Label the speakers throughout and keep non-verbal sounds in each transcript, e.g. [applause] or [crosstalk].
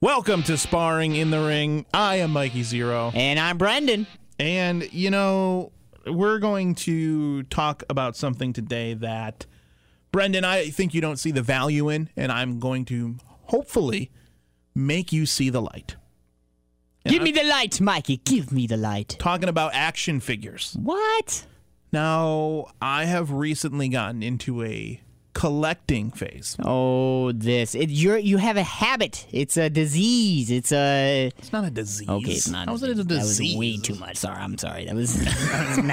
Speaker 1: Welcome to Sparring in the Ring. I am Mikey Zero.
Speaker 2: And I'm Brendan.
Speaker 1: And, you know, we're going to talk about something today that, Brendan, I think you don't see the value in, and I'm going to hopefully make you see the light. And
Speaker 2: Give
Speaker 1: I'm
Speaker 2: me the light, Mikey. Give me the light.
Speaker 1: talking about action figures.
Speaker 2: What?
Speaker 1: Now, I have recently gotten into a collecting phase.
Speaker 2: Oh, this. It, you're, you have a habit. It's a disease. It's a.
Speaker 1: It's not a disease.
Speaker 2: Okay, it's not.
Speaker 1: How is it a
Speaker 2: That was way
Speaker 1: disease?
Speaker 2: too much. Sorry, I'm sorry. That was, [laughs] that was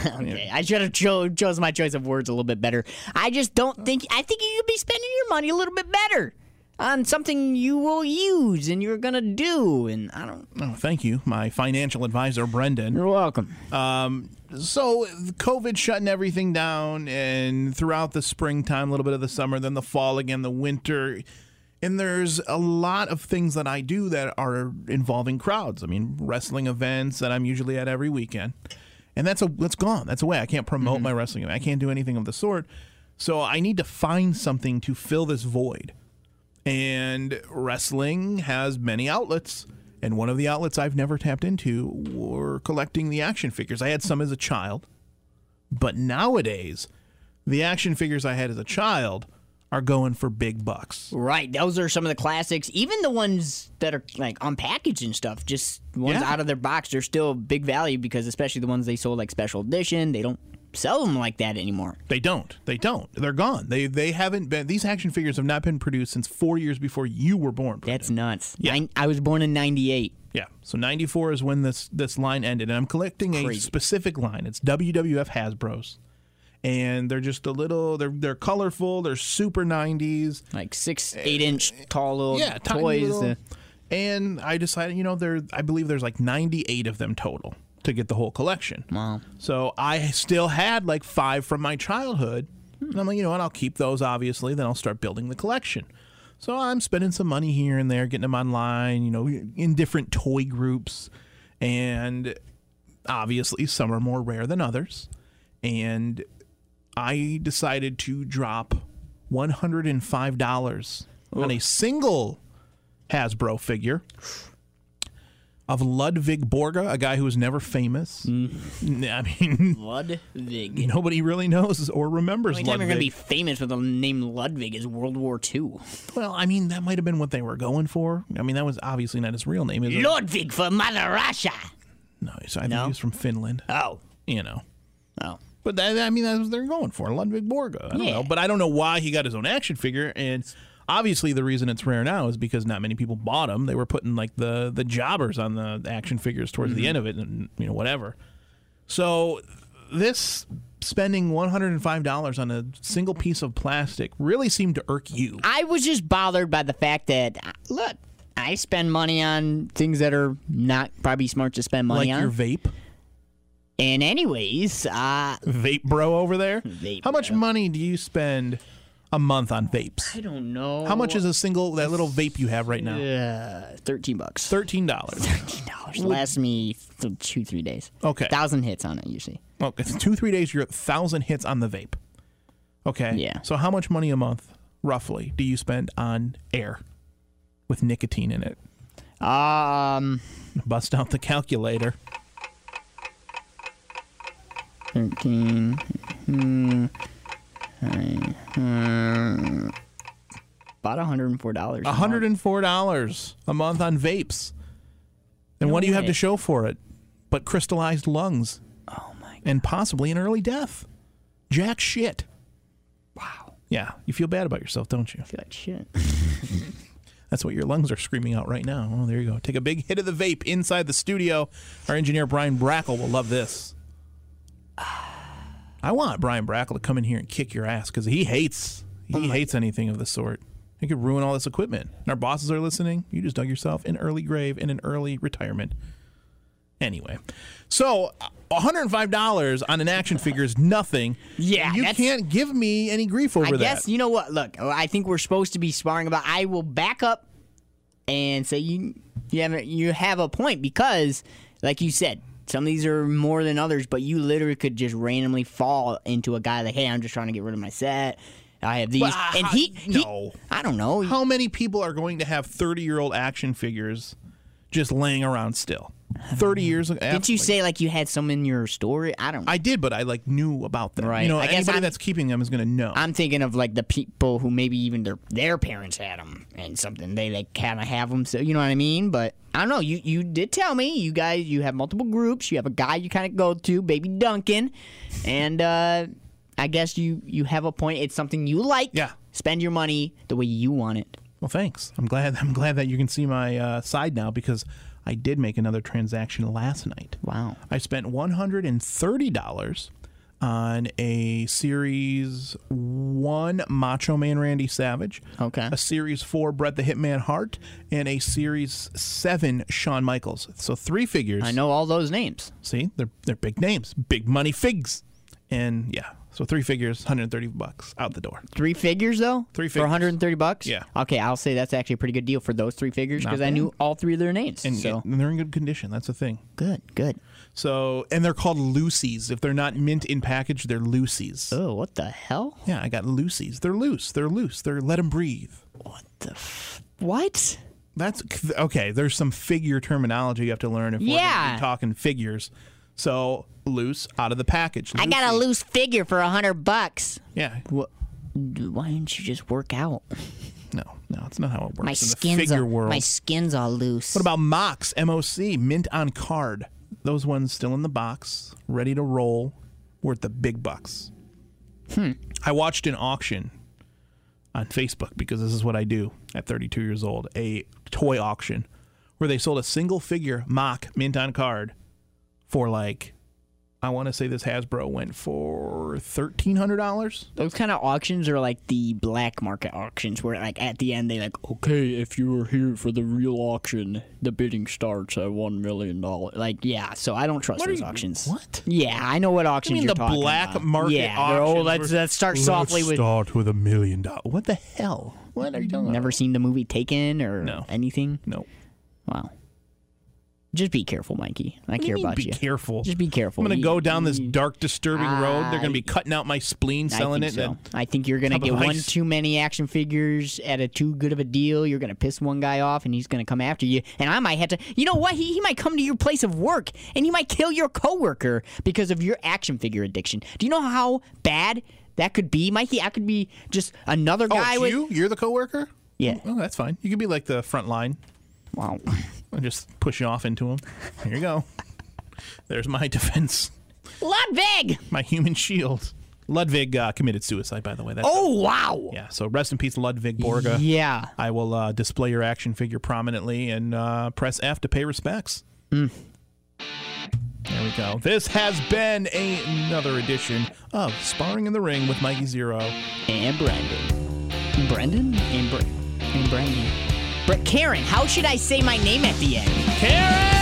Speaker 2: [laughs] not. okay, I should have cho- chose my choice of words a little bit better. I just don't think. I think you could be spending your money a little bit better on something you will use and you're gonna do. And I don't.
Speaker 1: Oh, [laughs] thank you, my financial advisor, Brendan.
Speaker 2: You're welcome.
Speaker 1: so COVID shutting everything down, and throughout the springtime, a little bit of the summer, then the fall again, the winter. And there's a lot of things that I do that are involving crowds. I mean, wrestling events that I'm usually at every weekend, and that's a that's gone. That's away. I can't promote my wrestling. event. I can't do anything of the sort. So I need to find something to fill this void. And wrestling has many outlets. And one of the outlets I've never tapped into were collecting the action figures. I had some as a child, but nowadays, the action figures I had as a child are going for big bucks.
Speaker 2: Right, those are some of the classics. Even the ones that are like unpackaged and stuff, just ones
Speaker 1: Yeah.
Speaker 2: out of their box, they're still big value because especially the ones they sold like special edition, they don't sell them like that anymore.
Speaker 1: They don't. They don't. They're gone. They they haven't been. These action figures have not been produced since four years before you were born.
Speaker 2: That's nuts. Nin- I was born in 98.
Speaker 1: Yeah. So 94 is when this this line ended and I'm collecting a
Speaker 2: Crazy.
Speaker 1: specific line. It's WWF Hasbro's. And they're just a little they're they're colorful, they're super 90s.
Speaker 2: Like six, eight inch tall little
Speaker 1: Eh, Yeah, tiny
Speaker 2: toys.
Speaker 1: little-
Speaker 2: uh,
Speaker 1: and I decided, you know, there I believe there's like 98 of them total to get the whole collection.
Speaker 2: Wow.
Speaker 1: So I still had like five from my childhood. And I'm like, you know what? I'll keep those, obviously. Then I'll start building the collection. So I'm spending some money here and there, getting them online, you know, in different toy groups. And obviously, some are more rare than others. And I decided to drop $105 on a single Hasbro figure of Ludwig Borga, a guy who was never famous.
Speaker 2: Mm.
Speaker 1: N- I mean, [laughs]
Speaker 2: Ludwig.
Speaker 1: nobody really knows or remembers
Speaker 2: Only time
Speaker 1: Ludwig.
Speaker 2: you're gonna be famous with the name Ludwig is World War II.
Speaker 1: well, I mean, that might have been what they were going for. I mean, that was obviously not his real name. Is it?
Speaker 2: Ludwig for Mother Russia.
Speaker 1: No, so I think
Speaker 2: No?
Speaker 1: he was from Finland.
Speaker 2: Oh,
Speaker 1: You know.
Speaker 2: oh,
Speaker 1: But that, I mean, that's what they're going for, Ludwig Borga. I don't
Speaker 2: Yeah.
Speaker 1: know, but I don't know why he got his own action figure. And obviously, the reason it's rare now is because not many people bought them. They were putting like the the jobbers on the action figures towards
Speaker 2: Mm-hmm.
Speaker 1: the end of it, and you know whatever. So this spending one hundred and five dollars on a single piece of plastic really seemed to irk you.
Speaker 2: I was just bothered by the fact that uh, look, I spend money on things that are not probably smart to spend money
Speaker 1: like
Speaker 2: on.
Speaker 1: your vape,
Speaker 2: and anyways, uh,
Speaker 1: vape bro over there.
Speaker 2: [laughs] Vape
Speaker 1: How much
Speaker 2: bro.
Speaker 1: money do you spend a month on vapes?
Speaker 2: I don't know.
Speaker 1: How much is a single that little vape you have right now?
Speaker 2: uh, thirteen bucks?
Speaker 1: Thirteen
Speaker 2: [laughs]
Speaker 1: dollars.
Speaker 2: Thirteen dollars lasts me th- two three days.
Speaker 1: Oh, Okay.
Speaker 2: Thousand hits on it usually.
Speaker 1: Well, it's two, three days, you're at 1,000 hits on the vape. Okay.
Speaker 2: Yeah.
Speaker 1: So, how much money a month, roughly, do you spend on air with nicotine in it?
Speaker 2: Um,
Speaker 1: Bust out the calculator.
Speaker 2: thirteen. Hmm. I- hmm. About hundred and four dollars.
Speaker 1: $104 a month on vapes. And what do you have
Speaker 2: way.
Speaker 1: to show for it? But crystallized lungs
Speaker 2: Oh my!
Speaker 1: and possibly an early death. Jack shit.
Speaker 2: Wow.
Speaker 1: Yeah. You feel bad about yourself, don't you?
Speaker 2: I feel like shit.
Speaker 1: That's what your lungs are screaming out right now. Oh, there you go. Take a big hit of the vape inside the studio. Our engineer Brian Brackle will love this. I want Brian Brackle to come in here and kick your ass because he hates he
Speaker 2: Oh
Speaker 1: hates anything of the sort. He could ruin all this equipment. And our bosses are listening. You just dug yourself an early grave and an early retirement. Anyway, so uh, $105 on an action figure is nothing.
Speaker 2: Yeah,
Speaker 1: you
Speaker 2: that's-
Speaker 1: can't give me any grief over
Speaker 2: I
Speaker 1: that.
Speaker 2: guess you know what? Look, I think we're supposed to be sparring about. I will back up and say you you have a, you have a point because, like you said, some of these are more than others. But you literally could just randomly fall into a guy like, hey, I'm just trying to get rid of my set. I have these,
Speaker 1: Bah,
Speaker 2: and he, he-
Speaker 1: no.
Speaker 2: I don't know.
Speaker 1: How many people are going to have 30 year old action figures just laying around still? 30 years ago.
Speaker 2: Didn't you say like you had some in your store? I don't. I,
Speaker 1: I did, but I like knew about them.
Speaker 2: Right.
Speaker 1: You know,
Speaker 2: I guess
Speaker 1: anybody
Speaker 2: I'm-
Speaker 1: that's keeping them is going to know.
Speaker 2: I'm thinking of like the people who maybe even their their parents had them and something. They they kind of have them, so you know what I mean. But I don't know. You you did tell me you guys you have multiple groups. You have a guy you kind of go to, baby Duncan, and uh, I guess you you have a point. It's something you like.
Speaker 1: Yeah.
Speaker 2: Spend your money the way you want it.
Speaker 1: well, thanks. I'm glad. I'm glad that you can see my uh, side now because I did make another transaction last night.
Speaker 2: Wow.
Speaker 1: I spent $130 on a Series 1 Macho Man Randy Savage,
Speaker 2: Okay.
Speaker 1: a Series 4 Brett the Hitman Hart, and a Series 7 Shawn Michaels. So three figures.
Speaker 2: I know all those names.
Speaker 1: See, they're, they're big names, big money figs. And yeah, so three figures, 130 bucks out the door.
Speaker 2: Three figures though.
Speaker 1: Three
Speaker 2: for
Speaker 1: figures.
Speaker 2: 130 bucks.
Speaker 1: Yeah.
Speaker 2: Okay, I'll say that's actually a pretty good deal for those three figures because I knew all three of their names.
Speaker 1: And,
Speaker 2: so
Speaker 1: and they're in good condition. That's the thing.
Speaker 2: good, good.
Speaker 1: So, and they're called Lucy's. If they're not mint in package, they're Lucy's.
Speaker 2: Oh, what the hell?
Speaker 1: Yeah, I got Lucy's. They're loose. They're loose. They're let them breathe.
Speaker 2: What the f- what?
Speaker 1: That's okay. There's some figure terminology you have to learn if we're gonna
Speaker 2: Yeah.
Speaker 1: be talking figures. So loose out of the package.
Speaker 2: I got a
Speaker 1: Loosey.
Speaker 2: loose figure for a hundred bucks.
Speaker 1: Yeah.
Speaker 2: What? Why didn't you just work out?
Speaker 1: No, no, it's not how it works.
Speaker 2: My
Speaker 1: in the
Speaker 2: skin's
Speaker 1: figure
Speaker 2: all,
Speaker 1: world.
Speaker 2: my skin's all loose.
Speaker 1: What about Mox? M O C mint on card. Those ones still in the box, ready to roll, worth the big bucks. Hmm. I watched an auction on Facebook because this is what I do at 32 years old, a toy auction where they sold a single figure mock mint on card for like I want to say this Hasbro went for $1300.
Speaker 2: Those kind of auctions are like the black market auctions where like at the end they like okay if you were here for the real auction the bidding starts at one million dollar like yeah so I don't trust those auctions.
Speaker 1: What?
Speaker 2: Yeah, I know what auctions
Speaker 1: mean
Speaker 2: are
Speaker 1: the
Speaker 2: talking
Speaker 1: black
Speaker 2: about.
Speaker 1: market
Speaker 2: Yeah, they're- oh,
Speaker 1: auctions
Speaker 2: let's,
Speaker 1: were-
Speaker 2: let's start softly with.
Speaker 1: start with a million dollars. What the hell? What are you talking
Speaker 2: Never seen the movie Taken or
Speaker 1: No.
Speaker 2: anything.
Speaker 1: No.
Speaker 2: Wow. Just be careful, Mikey. I care
Speaker 1: you mean
Speaker 2: about
Speaker 1: be
Speaker 2: you.
Speaker 1: careful.
Speaker 2: Just be careful.
Speaker 1: I'm going to
Speaker 2: You-
Speaker 1: go down this dark, disturbing road. They're going
Speaker 2: I-
Speaker 1: to be cutting out my spleen,
Speaker 2: I
Speaker 1: selling
Speaker 2: think
Speaker 1: it.
Speaker 2: so.
Speaker 1: and-
Speaker 2: I think you're gonna
Speaker 1: Top
Speaker 2: get
Speaker 1: of
Speaker 2: one
Speaker 1: ice.
Speaker 2: too many action figures at a too good of a deal. You're gonna piss one guy off, and he's gonna come after you. And I might have to. You know what? He, he might come to your place of work, and he might kill your coworker because of your action figure addiction. Do you know how bad that could be, Mikey? I could be just another
Speaker 1: oh,
Speaker 2: guy
Speaker 1: it's
Speaker 2: with.
Speaker 1: you? You're the coworker?
Speaker 2: Yeah.
Speaker 1: Oh, that's fine. You could be like the front line
Speaker 2: Wow.
Speaker 1: and just push you off into him. Here you
Speaker 2: [laughs]
Speaker 1: go. There's my defense,
Speaker 2: Ludwig.
Speaker 1: my human shield. Ludwig uh, committed suicide, by the way. That's
Speaker 2: Oh wow.
Speaker 1: Yeah, so rest in peace, Ludwig Borga.
Speaker 2: Yeah.
Speaker 1: I will uh, display your action figure prominently and uh, press F to pay respects. There we go. This has been another edition of Sparring in the Ring with Mikey Zero.
Speaker 2: And Brendan. Brendan and Br- and Brendan. But Karen, how should I say my name at the end?
Speaker 1: Karen!